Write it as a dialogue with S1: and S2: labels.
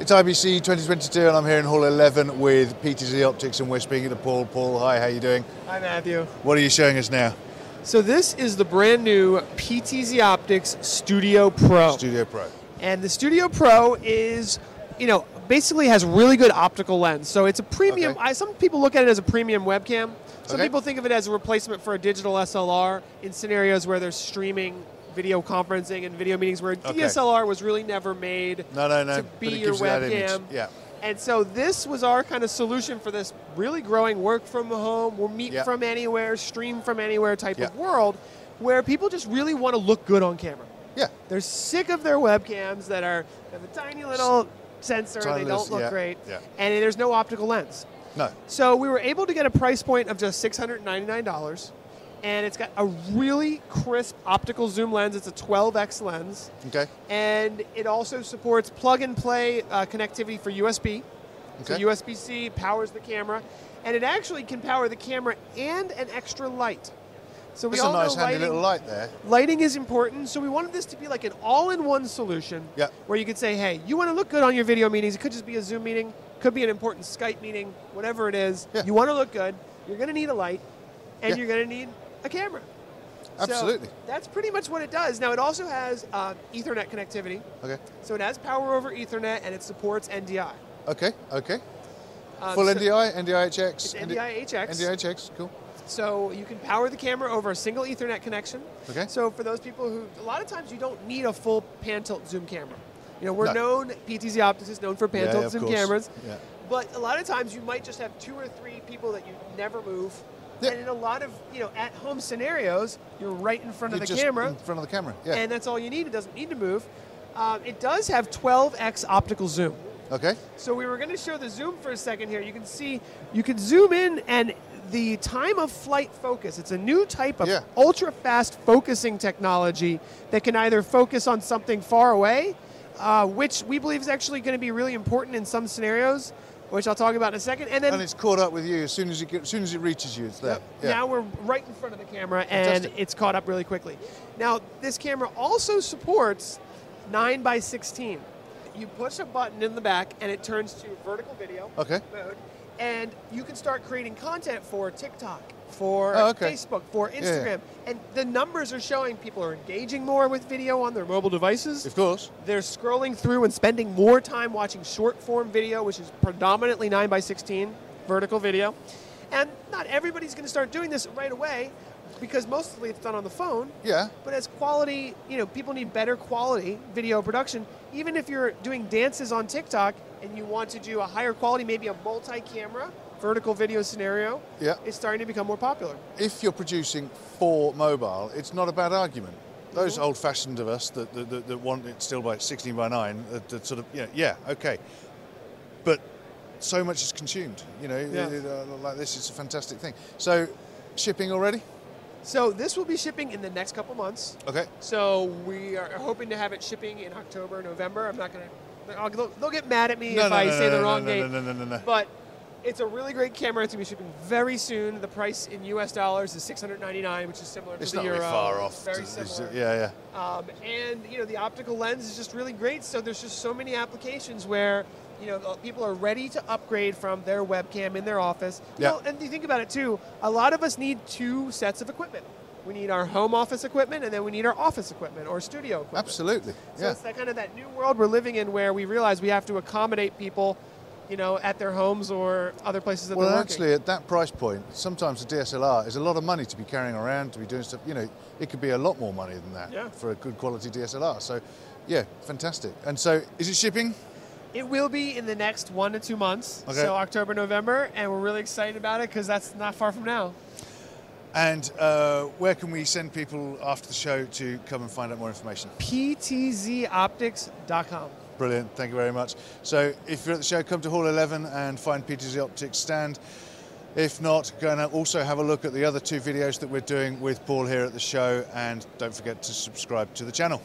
S1: It's IBC 2022, and I'm here in Hall 11 with PTZ Optics, and we're speaking to Paul. Paul, hi, how you doing?
S2: Hi, Matthew.
S1: What are you showing us now?
S2: So this is the brand new PTZ Optics Studio Pro.
S1: Studio Pro.
S2: and the Studio Pro is, you know, basically has really good optical lens. So it's a premium.
S1: Okay.
S2: I, some people look at it as a premium webcam. Some
S1: Okay.
S2: people think of it as a replacement for a digital SLR in scenarios where they're streaming video conferencing and video meetings where DSLR was really never made
S1: No, no, no.
S2: to
S1: but
S2: be
S1: it
S2: your
S1: gives you that image.
S2: webcam.
S1: Yeah.
S2: And so this was our kind of solution for this really growing work from home, we'll meet
S1: Yeah.
S2: from anywhere, stream from anywhere type of
S1: Yeah.
S2: world where people just really want to look good on camera.
S1: Yeah.
S2: They're sick of their webcams that are have a tiny little sensor,
S1: Tiny
S2: they
S1: little-
S2: don't look
S1: yeah,
S2: great,
S1: yeah.
S2: and there's no optical lens.
S1: No.
S2: So we were able to get a price point of just $699, and it's got a really crisp optical zoom lens. It's a 12x lens,
S1: Okay.
S2: and it also supports plug and play uh, connectivity for USB. So
S1: Okay.
S2: USB C powers the camera, and it actually can power the camera and an extra light. So we
S1: That's a
S2: all
S1: nice,
S2: know
S1: handy
S2: lighting,
S1: little light there.
S2: lighting is important, so we wanted this to be like an all-in-one solution
S1: Yeah.
S2: where you could say, hey, you want to look good on your video meetings. It could just be a Zoom meeting, could be an important Skype meeting, whatever it is.
S1: Yeah.
S2: You want to look good. You're going to need a light, and
S1: Yeah.
S2: you're going to need a camera. So
S1: Absolutely.
S2: that's pretty much what it does. Now, it also has uh, Ethernet connectivity.
S1: Okay.
S2: So it has power over Ethernet, and it supports NDI.
S1: Okay. Okay.
S2: Um,
S1: Full
S2: so-
S1: NDI, NDIHX.
S2: It's NDIHX.
S1: NDIHX. Cool.
S2: So you can power the camera over a single Ethernet connection.
S1: Okay.
S2: So for those people who, a lot of times you don't need a full pan tilt zoom camera. You know, we're
S1: No.
S2: known, PTZ Optics is known for pan
S1: Yeah,
S2: tilt
S1: of
S2: zoom
S1: course.
S2: cameras.
S1: Yeah.
S2: But a lot of times you might just have two or three people that you never move.
S1: Yeah.
S2: And in a lot of, you know, at home scenarios, you're right in front
S1: You're
S2: of the
S1: just
S2: camera
S1: in front of the camera. Yeah.
S2: and that's all you need. It doesn't need to move. Um, it does have 12x optical zoom.
S1: okay.
S2: So we were going to show the zoom for a second here. You can see, you can zoom in and the time of flight focus. It's a new type of
S1: Yeah.
S2: ultra fast focusing technology that can either focus on something far away, uh, which we believe is actually going to be really important in some scenarios, which I'll talk about in a second. And then
S1: And it's caught up with you as soon as you get, as soon as it reaches you, it's there. Yeah.
S2: now we're right in front of the camera and
S1: Fantastic.
S2: it's caught up really quickly. Now, this camera also supports 9 by 16 You push a button in the back and it turns to vertical video
S1: Okay.
S2: mode, and you can start creating content for TikTok, for
S1: Oh, okay.
S2: Facebook, for
S1: yeah.
S2: Instagram. And the numbers are showing people are engaging more with video on their mobile devices
S1: Of course.
S2: they're scrolling through and spending more time watching short form video, which is predominantly 9 by 16 vertical video. And not everybody's going to start doing this right away because mostly it's done on the phone.
S1: Yeah.
S2: But as quality, you know, people need better quality video production. Even if you're doing dances on TikTok and you want to do a higher quality, maybe a multi camera vertical video scenario,
S1: Yeah.
S2: it's starting to become more popular.
S1: if you're producing for mobile, it's not a bad argument.
S2: Mm-hmm.
S1: Those old-fashioned of us that, that, that, that want it still by 16 by 9, that, that sort of yeah, yeah, okay, but so much is consumed. You know,
S2: Yeah.
S1: uh, like this is a fantastic thing. So, shipping already?
S2: So this will be shipping in the next couple months.
S1: Okay,
S2: So we are hoping to have it shipping in October, November. I'm not going to. They'll, they'll get mad at me
S1: No,
S2: if
S1: no,
S2: I
S1: no,
S2: say
S1: no,
S2: the
S1: no,
S2: wrong
S1: no,
S2: date.
S1: no, no, no, no, no.
S2: But it's a really great camera. It's going to be shipping very soon. The price in U.S. dollars is 699, which is similar
S1: it's
S2: to the
S1: not
S2: euro.
S1: really far off.
S2: uh, Very
S1: It's- it's-
S2: similar.
S1: yeah,
S2: Um, and you know the optical lens is just really great. So there's just so many applications where you know the- people are ready to upgrade from their webcam in their office. You
S1: Yeah.
S2: know, and you think about it too. A lot of us need two sets of equipment. We need our home office equipment, and then we need our office equipment or studio
S1: yeah,
S2: equipment.
S1: absolutely.
S2: So
S1: Yeah,
S2: it's that kind of that new world we're living in where we realize we have to accommodate people, you know, at their homes or other places that
S1: Well,
S2: they're working.
S1: actually, at that price point, sometimes the DSLR is a lot of money to be carrying around to be doing stuff. You know, it could be a lot more money than that
S2: Yeah.
S1: for a good quality DSLR. So, yeah, fantastic. And so, is it shipping?
S2: It will be in the next one to two months,
S1: Okay.
S2: so October, November, and we're really excited about it because that's not far from now.
S1: And uh, where can we send people after the show to come and find out more information?
S2: ptzoptics.com.
S1: Brilliant, thank you very much. So, if you're at the show, come to Hall 11 and find Peter's Optics stand. If not, going to also have a look at the other two videos that we're doing with Paul here at the show, and don't forget to subscribe to the channel.